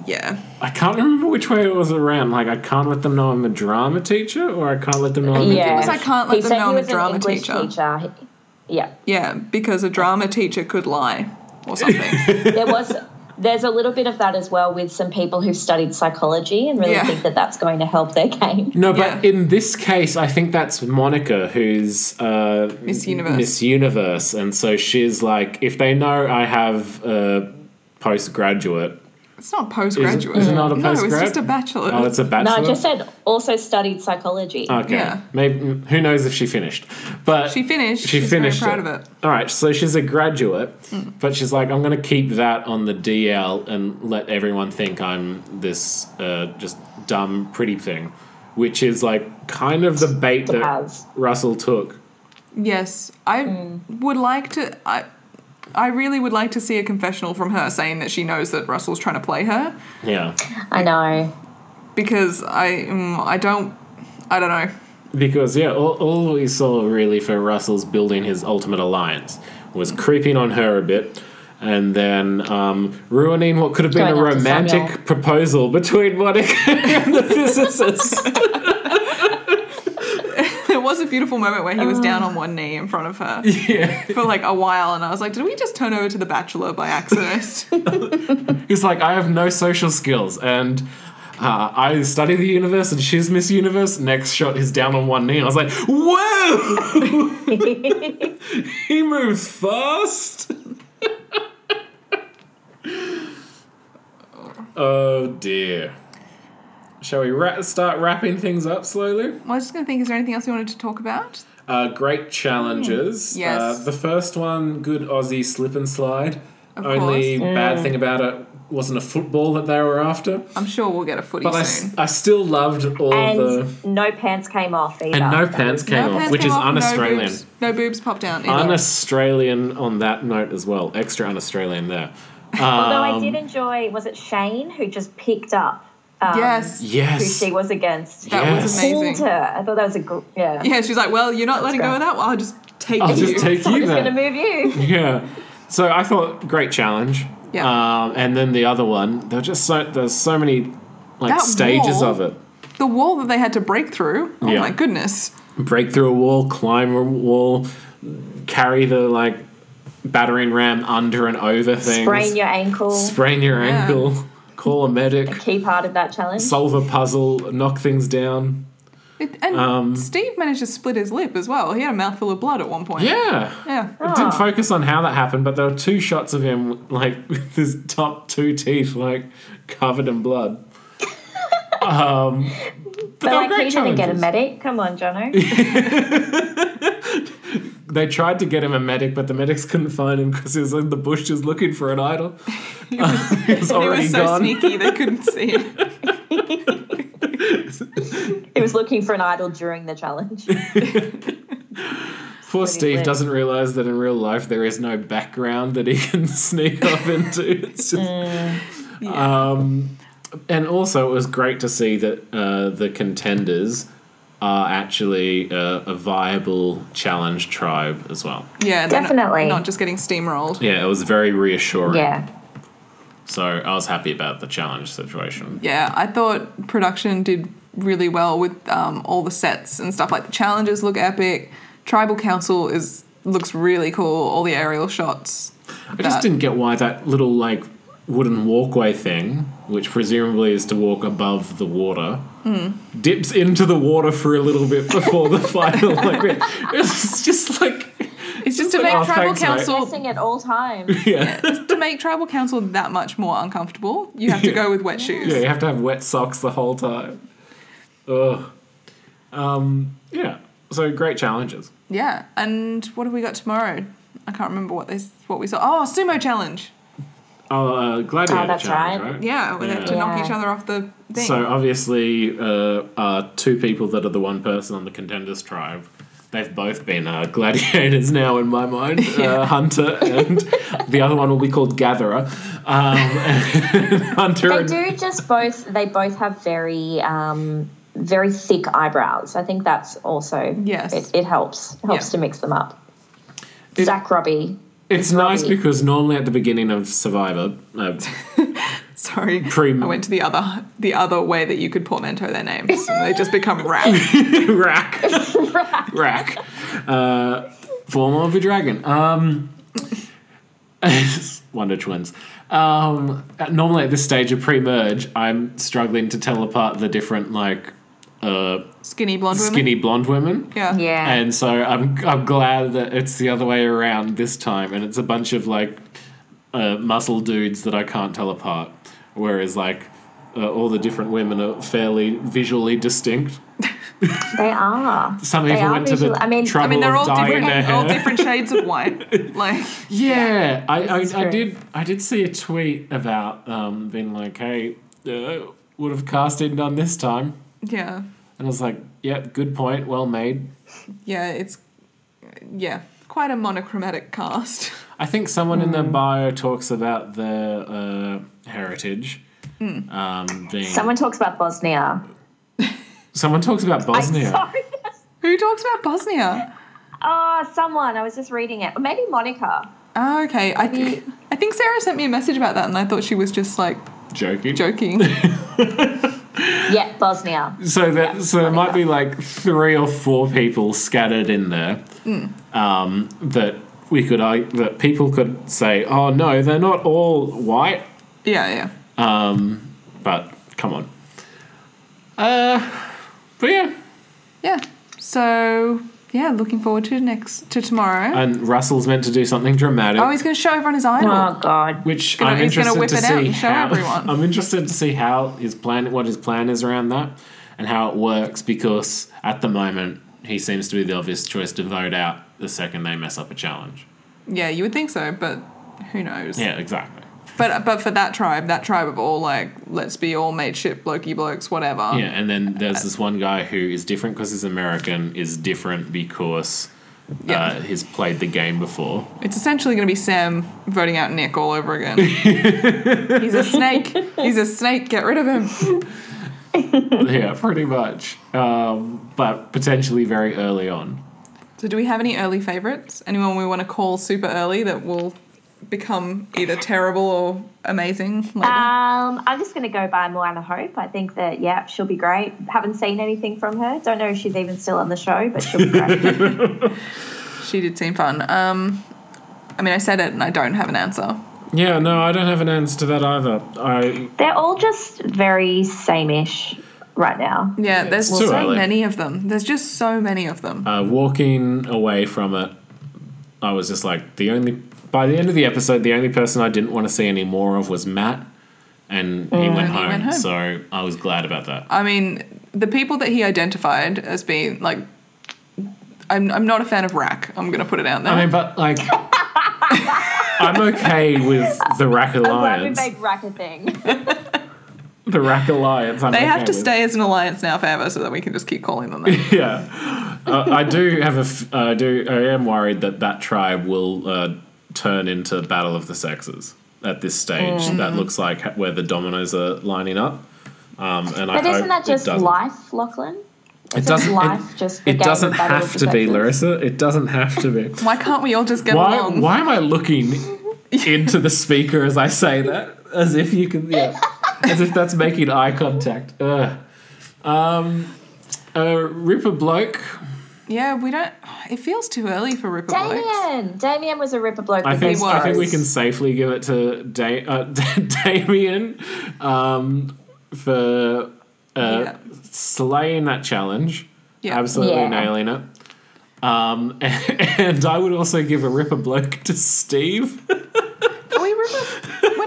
Yeah,
I can't remember which way it was around. Like, I can't let them know I'm a drama teacher, or I can't let them know I'm a
Yeah.
was I can't let
he
them
said
know I'm
he
a
was an
drama
English
teacher.
teacher. He- yeah.
yeah, because a drama teacher could lie or something.
there was there's a little bit of that as well with some people who've studied psychology and really
Yeah.
think that that's going to help their game
No, but
Yeah.
in this case, I think that's Monica who's uh,
Miss Universe.
Miss Universe, and so she's like, if they know I have a postgraduate,
it's not
is
postgraduate.
it, is it not a
no,
postgrad?
it's just a bachelor.
Oh, it's a
no
bachelor.
i just said also studied psychology
Okay.
Yeah.
Maybe who knows if she finished, but
She finished.
She
She's very
finished.
proud of it. Mm.
All right, so she's a graduate, but she's like, I'm going to keep that on the DL and let everyone think I'm this uh, just dumb pretty thing, which is like kind of the bait that
Jazz.
Russell took.
yes, I would like to. I, I really would like to see a confessional from her saying that she knows that Russell's trying to play her.
Yeah,
i know
because I mm, I don't I don't know.
because yeah, all, all we saw really for Russell's building his ultimate alliance was creeping on her a bit. And then um, ruining what could have been
Going
a
after Samuel.
romantic proposal between Monica and the physicist.
There was a beautiful moment where he was down on one knee in front of her
Uh. yeah.
for like a while, and I was like, did we just turn over to The Bachelor by accident?
He's like, I have no social skills, and uh, I study the universe, and she's Miss Universe. Next shot is down on one knee. I was like, whoa! he moves fast. oh dear. Shall we ra- start wrapping things up slowly?
I was just gonna think, is there anything else you wanted to talk about?
Uh, great challenges.
Yes.
Uh, the first one, good Aussie slip and slide. Only bad thing about it wasn't a football that they were after.
I'm sure we'll get a footy
But I,
soon.
s- I still loved all
and
the.
no pants came off either
And no pants came
No
off,
pants
which
came
is
off,
un
No
Australian.
boobs, no boobs popped out. either.
Un Australian on that note as well. Extra un Australian there.
although
um,
i did enjoy was it shane who just picked up um,
yes.
who
Yes.
she was against
That
Yes.
was amazing.
Pulled her. i thought that was a gr- yeah,
Yeah, she's like, well, you're not letting go
great.
of that. Well, I'll just take
I'll
you.
just take
i'm
you
just gonna
there.
move you
Yeah. So I thought, great challenge.
Yeah.
Um, and then the other one, there were just so, there's so many like
That
stages
wall-
of it.
the wall that they had to break through. Oh
Yeah.
my goodness.
break through a wall, climb a wall, carry the like battering ram under and over things,
sprain your ankle
sprain your
Yeah.
ankle, call a medic,
key part of that challenge
solve a puzzle, knock things down.
It, and
Um,
Steve managed to split his lip as well. He had a mouthful of blood at one point.
Yeah.
Yeah.
I didn't focus on how that happened, but there were two shots of him like with his top two teeth like covered in blood. Um, but
but
they were
like
great
he didn't get a
challenges.
medic come on jono
They tried to get him a medic, but the medics couldn't find him because he was in the bushes looking for an idol. he was
They
already
were so
gone.
sneaky they couldn't see it.
He was looking for an idol during the challenge.
Poor Steve
lit.
doesn't realize that in real life there is no background that he can sneak off into. It's just, um, and also, it was great to see that uh, the contenders are actually uh, a viable challenge tribe as well.
Yeah, they're not-
Definitely.
Not, just getting steamrolled.
Yeah, it was very reassuring.
yeah.
So I was happy about the challenge situation.
Yeah, I thought production did really well with um, all the sets and stuff. Like the challenges look epic. Tribal Council is looks really cool. All the aerial shots.
I just
That-
didn't get why that little like wooden walkway thing, which presumably is to walk above the water, dips into the water for a little bit before the final like bit. It's just like
It's just to
like,
make
"Oh,
Tribal
thanks, mate."
Council
Pressing at all times.
yeah.
to make tribal council that much more uncomfortable, you have to go with wet shoes.
Yeah, you have to have wet socks the whole time. Ugh. Um, yeah. So great challenges.
Yeah. And what have we got tomorrow? I can't remember what they what we saw. Oh, sumo challenge.
Oh, uh, gladiator
Oh, that's
challenge,
right.
right?
Yeah, where they have to
Yeah.
knock
Yeah.
each other off the thing.
So obviously, uh, are two people that are the one person on the contenders tribe. They've both been uh, gladiators now in my mind, uh, Hunter, and the other one will be called Gatherer. Um, and Hunter
They
and
do just both. They both have very, um, very thick eyebrows. I think that's also.
Yes.
It, it helps. Helps
Yeah.
to mix them up. Zach Robbie.
it's nice because normally at the beginning of Survivor, uh,
Sorry.
Pre-
I went to the other the other way that you could portmanteau their names. and they just become rap.
rack, rack, uh, form of a dragon. Um, Wonder Twins. Um, at- normally at this stage of pre-merge, I'm struggling to tell apart the different like uh,
Skinny blonde women.
skinny blonde women.
Yeah.
Yeah.
And so I'm I'm glad that it's the other way around this time, and it's a bunch of like uh, muscle dudes that I can't tell apart, whereas like. Uh, all the different women are fairly visually distinct.
they are.
Some
They
even
are
went to the
visual- I mean- I
trouble
I mean they're
of
all
dyeing
different
their hair.
all different shades of white. Like
Yeah, I, I, I
true.
did I did see a tweet about um, being like, hey, uh, would have casting done this time,
yeah.
and I was like, yeah, good point, well made.
Yeah, it's yeah. Quite a monochromatic cast.
I think someone in their bio talks about their uh, heritage. Um, being,
Someone talks about Bosnia.
someone talks about
I'm
Bosnia.
sorry.
Who talks about Bosnia?
Oh, someone. I was just reading it. Maybe Monica.
Oh, okay. I, th- I think Sarah sent me a message about that, and I thought she was just like
Joking.
joking.
Yeah, Bosnia.
So that so there might be like three or four people scattered in there um, that we could ar- that people could say, oh no, they're not all white.
yeah, yeah.
Um, but come on. Uh, but yeah,
Yeah. So, yeah, looking forward to next, to tomorrow.
and Russell's meant to do something dramatic,
oh, he's going to show everyone his idol.
Oh God.
which
gonna-
I'm
he's gonna
interested
whip
to
it
see
out and show
how.
everyone.
I'm interested to see how his plan, what his plan is around that, and how it works because at the moment he seems to be the obvious choice to vote out the second they mess up a challenge.
Yeah, you would think so, but who knows?
Yeah, exactly.
But but for that tribe, that tribe of all, like, let's be all mateship, blokey blokes, whatever.
Yeah, and then
uh,
there's this one guy who is different because he's American, is different because
Yeah.
uh, he's played the game before.
It's essentially going to be Sam voting out Nick all over again. he's a snake. He's a snake. Get rid of him.
yeah, pretty much. Um, but potentially very early on.
So, do we have any early favorites? Anyone we want to call super early that will become either terrible or amazing later?
Um, I'm just going to go by Moana Hope. I think that yeah, she'll be great. Haven't seen anything from her. Don't know if she's even still on the show, but she'll be great.
she did seem fun. Um, I mean, I said it and I don't have an answer.
Yeah, no, I don't have an answer to that either. I
They're all just very sameish right now.
Yeah, there's
It's too
so
early.
many of them. There's just so many of them.
uh, walking away from it, I was just like the only. By the end of the episode, the only person I didn't want to see any more of was Matt, and he, went,
Mm, he
home,
went home.
So I was glad about that.
I mean, the people that he identified as being like I'm, I'm not a fan of rack. I'm gonna put it out there.
I mean, but like, I'm okay with the Rack
Why we
Alliance.
make rack a thing?
The Rack Alliance. I'm
they
okay
have to
with.
stay as an alliance now forever, so that we can just keep calling them that.
Yeah, uh, I do have a. F- I do. I am worried that that tribe will uh, turn into Battle of the Sexes at this stage.
Mm.
That looks like ha- where the dominoes are lining up. Um, and I
But
hope
isn't that
it
just
doesn't.
life, Lachlan?
It doesn't.
life
it,
just the
it
game
doesn't
of Battle
have
of the
to be,
Sexes?
Larissa. It doesn't have to be.
Why can't we all just get
Why?
along?
Why am I looking into the speaker as I say that? As if you can, yeah. As if that's making eye contact. Ugh. Um, uh, Ripper bloke.
Yeah, we don't. It feels too early for Ripper Blokes.
Damien! Damien was a Ripper bloke.
I
with
think
those
I think we
stories.
can safely give it to da- uh, Damien um, for uh,
Yeah.
slaying that challenge.
Yeah.
Absolutely
Yeah.
nailing it. Um, and, I would also give a ripper bloke to Steve.
Are we Ripper? We're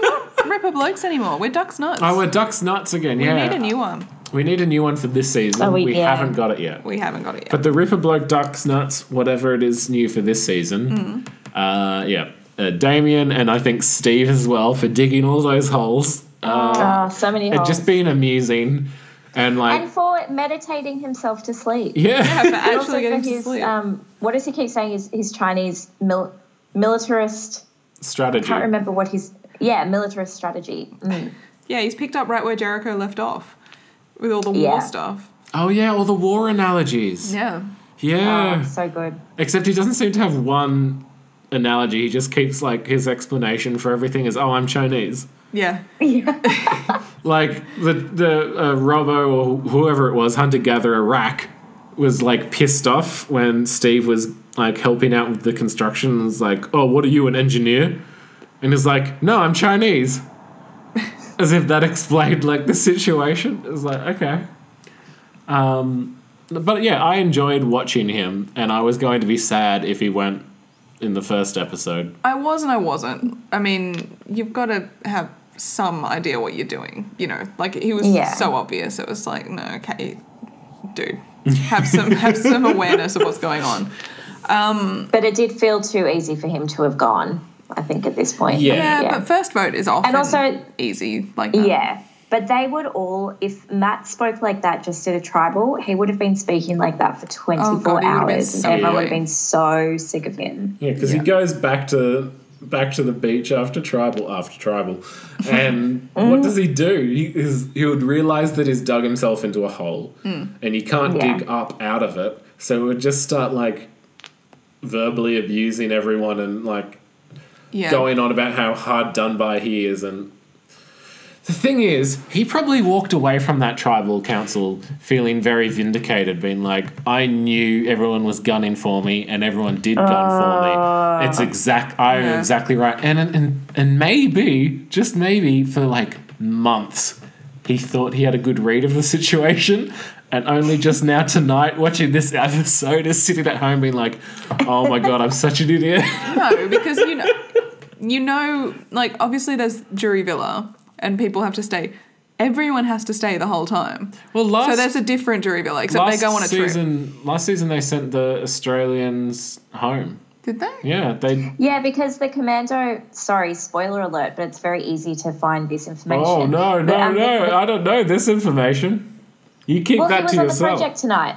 not Ripper Blokes anymore. We're Ducks Nuts.
Oh, we're Ducks Nuts again.
we
yeah.
need a new one.
we need a new one for this season.
Oh,
we
we- yeah.
haven't got it yet.
We haven't got it yet.
But the Ripper Bloke Ducks Nuts, whatever it is new for this season.
Mm-hmm.
Uh, yeah. Uh, Damien and I think Steve as well for digging all those holes.
Oh, so many
and
holes.
just being amusing and like
and for meditating himself to sleep.
yeah,
but
And
actually getting
for
to
his,
sleep.
um, what does he keep saying? Is his Chinese mil- militarist?
strategy.
Can't remember what his yeah militarist strategy. Mm.
yeah, he's picked up right where Jericho left off with all the
Yeah.
war stuff.
Oh yeah, all the war analogies. Yeah.
Yeah.
Mm.
Oh, so good.
Except he doesn't seem to have one analogy. He just keeps like his explanation for everything is, "Oh, I'm Chinese."
Yeah.
Like the the uh, Robbo or whoever it was, hunter gatherer Rack, was like pissed off when Steve was like helping out with the construction. and Was like, "Oh, what are you, an engineer?" And he's like, "No, I'm Chinese." As if that explained like the situation. It was like, okay. Um, but yeah, I enjoyed watching him, and I was going to be sad if he went in the first episode.
I was and I wasn't. I mean, you've got to have some idea what you're doing. You know, like he was
Yeah.
so obvious. It was like, no, okay, dude, have some have some awareness of what's going on.
But it did feel too easy for him to have gone. I think at this point.
Yeah.
Yeah, but um, first vote is often
also-
easy. Like that.
Yeah. But they would all, if Matt spoke like that just at a tribal, he would have been speaking like that for 24
Oh, God, he would have been
hours.
so
and everyone would
annoyed.
have been so sick of him.
Yeah, because he goes back to back to the beach after tribal after tribal, and what does he do? He is he would realize that he's dug himself into a hole, and he can't
Yeah.
dig up out of it. So he would just start like verbally abusing everyone and like
yeah.
going on about how hard done by he is and. The thing is, he probably walked away from that tribal council feeling very vindicated, being like, I knew everyone was gunning for me and everyone did gun for me. It's exact I'm
Ah. Yeah.
exactly right. And, and and maybe, just maybe, for like months, he thought he had a good read of the situation. And only just now tonight, watching this episode, is sitting at home being like, oh my god, I'm such an idiot.
No, because you know, you know, like obviously there's jury villa, and people have to stay. Everyone has to stay the whole time.
Well, last
So there's a different jury villa, except they
last
go on a trip.
season, Last season, they sent the Australians home.
Did they?
Yeah, they.
Yeah, because the commando, sorry, spoiler alert, but it's very easy to find this information.
Oh no,
But,
no,
um, the-
no! I don't know this information. You keep
Well, he
that
was
to
on
yourself.
the project tonight.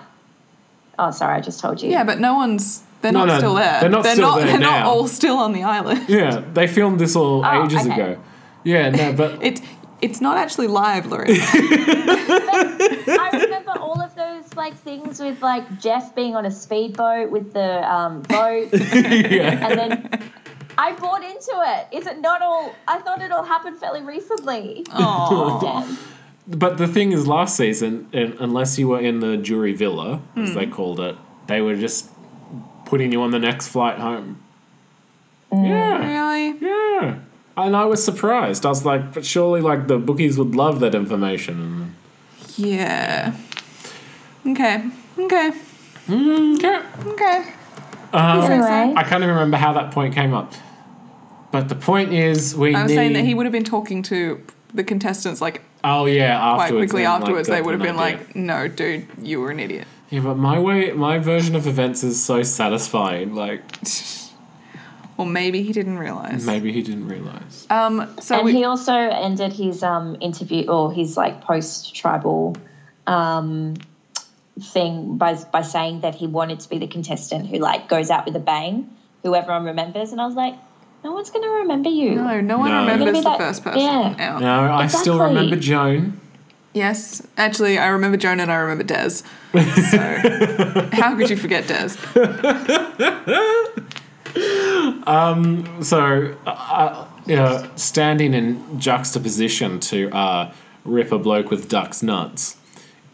Oh, sorry, I just told you.
Yeah, but no one's. They're
No,
not
no,
still there.
they're not
they're
still
not,
there
They're not
now.
all still on the island.
Yeah, they filmed this all
Oh,
ages
okay.
ago. Yeah, no, but
It, it's not actually live, Larissa.
I remember all of those like things with like Jeff being on a speedboat with the um, boat,
yeah,
and then I bought into it. Is it not all? I thought it all happened fairly recently.
Aw.
Yeah.
but the thing is, last season, un- unless you were in the jury villa, as
Hmm.
they called it, they were just putting you on the next flight home. Yeah.
really?
Yeah. And I was surprised. I was like, but surely like the bookies would love that information.
Yeah. Okay. Okay.
Okay.
Okay.
Anyway.
Um, I can't even remember how that point came up. But the point is we
I was
need
saying that he would have been talking to the contestants like
Oh yeah,
quite
afterwards.
quickly
then, like,
afterwards.
got
they would have
an
been
idea.
like, "No, dude, you were an idiot."
Yeah, but my way, my version of events is so satisfying. Like
Or maybe he didn't realize.
maybe he didn't realize.
Um, so
and
we,
he also ended his um, interview or his like post tribal um, thing by by saying that he wanted to be the contestant who like goes out with a bang, who everyone remembers. And I was like, no one's gonna remember you.
no, no one
No.
remembers
Maybe
the
that-
first person.
yeah.
out.
No, I still
Exactly.
remember Joan.
Yes, actually, I remember Joan and I remember Des. So how could you forget Des?
So, uh, uh, yeah, standing in juxtaposition to uh, rip a bloke with duck's nuts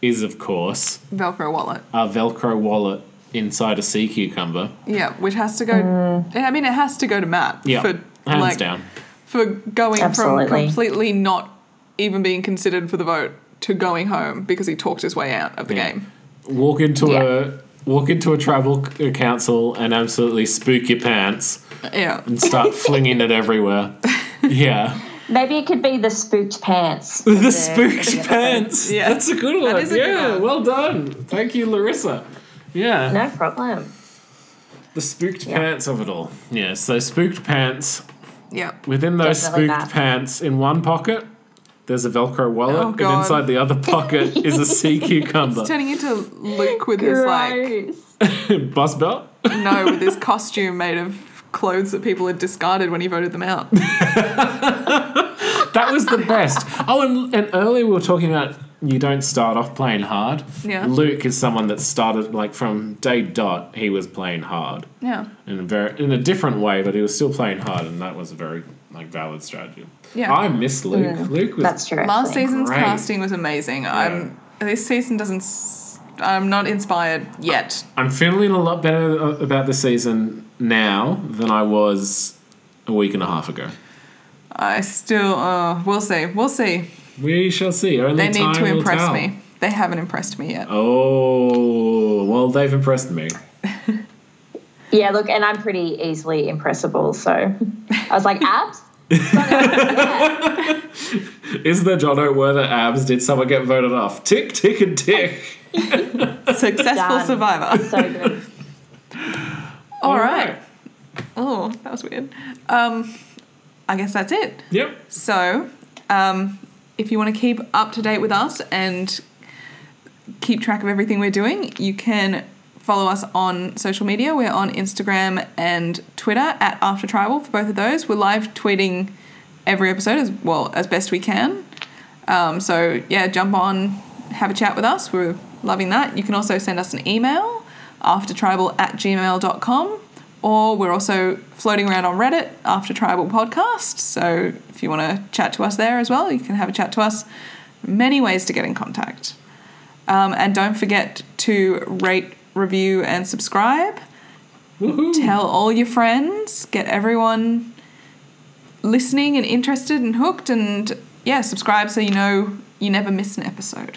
is, of course,
Velcro wallet.
a Velcro wallet inside a sea cucumber.
Yeah, which has to go. I mean, it has to go to Matt.
Yeah,
for,
hands
like,
down.
For going from
Absolutely.
completely not even being considered for the vote to going home because he talked his way out of the
Yeah.
game.
Walk into
Yeah.
a walk into a tribal c- council and absolutely spook your pants
Yeah.
and start flinging it everywhere. Yeah,
Maybe it could be the spooked pants.
the spooked pants.
Yeah.
that's a good one.
is a
yeah,
good one.
well done. Thank you, Larissa. Yeah.
No problem.
The spooked pants of it all. Yeah, so spooked pants.
Yeah.
Within those
Definitely
spooked
that.
pants, in one pocket, there's a Velcro wallet,
Oh,
and
God.
inside the other pocket is a sea cucumber.
Turning into Luke with his like
Gross.
Bus belt?
no, with his costume made of clothes that people had discarded when he voted them out.
That was the best. Oh, and, and earlier we were talking about you don't start off playing hard.
Yeah.
Luke is someone that started, like, from day dot, he was playing hard.
Yeah.
In a, very, in a different way, but he was still playing hard, and that was a very like valid strategy.
Yeah.
I miss Luke. Luke was
Mm. That's true.
Last
actually.
season's
Great.
casting was amazing. I'm this season doesn't. s- I'm not inspired yet.
I'm feeling a lot better a- about the season now than I was a week and a half ago.
I still. Uh, we'll see. We'll see.
We shall see. Only
They
time
need to
will
impress
tell.
me. They haven't impressed me yet.
Oh, well, they've impressed me.
Yeah, look, and I'm pretty easily impressible, so I was like, abs.
Is there Jono? Were there abs? Did someone get voted off? Tick, tick, and tick.
Successful
Done.
survivor.
So good.
All right. Oh, that was weird. Um, I guess that's it.
Yep.
So, um, if you want to keep up to date with us and keep track of everything we're doing, you can follow us on social media. We're on Instagram and Twitter at After Tribal for both of those. We're live tweeting every episode as well as best we can. Um, so yeah, jump on, have a chat with us. We're loving that. You can also send us an email aftertribal at gmail.com or we're also floating around on Reddit after tribal podcast. So if you want to chat to us there as well, you can have a chat to us. Many ways to get in contact. Um, and don't forget to rate, review, and subscribe. Tell all your friends. Get everyone listening and interested and hooked. And yeah, subscribe so you know you never miss an episode.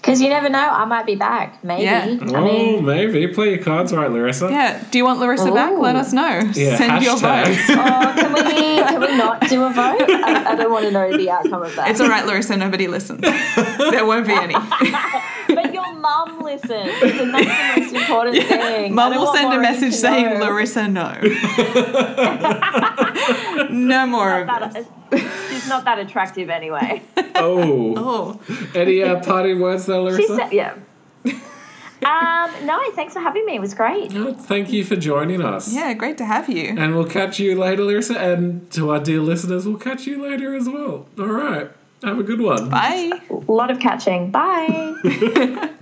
Because you never know, I might be back. Maybe.
Yeah.
I mean,
oh, maybe. Play your cards right, Larissa.
Yeah. Do you want Larissa back? Let us know.
Yeah,
Send your
hashtag.
votes.
oh, can we can we not do a vote? I, I don't want to know the outcome of that.
It's all right, Larissa. Nobody listens. there won't be any.
but your mum listens, and that's the most important thing. I
Mum
don't
will
want
send a
Maureen
message
to
saying,
know.
Larissa, no. no more of
That
this.
is- She's not that attractive anyway.
Oh.
Oh,
Any uh, parting words there,
She
Larissa?
said, yeah. Um, no, thanks for having me. It was great.
Oh, Thank you for joining us.
yeah, great to have you.
And we'll catch you later, Larissa. And to our dear listeners, we'll catch you later as well. All right. Have a good one.
Bye.
A lot of catching. Bye.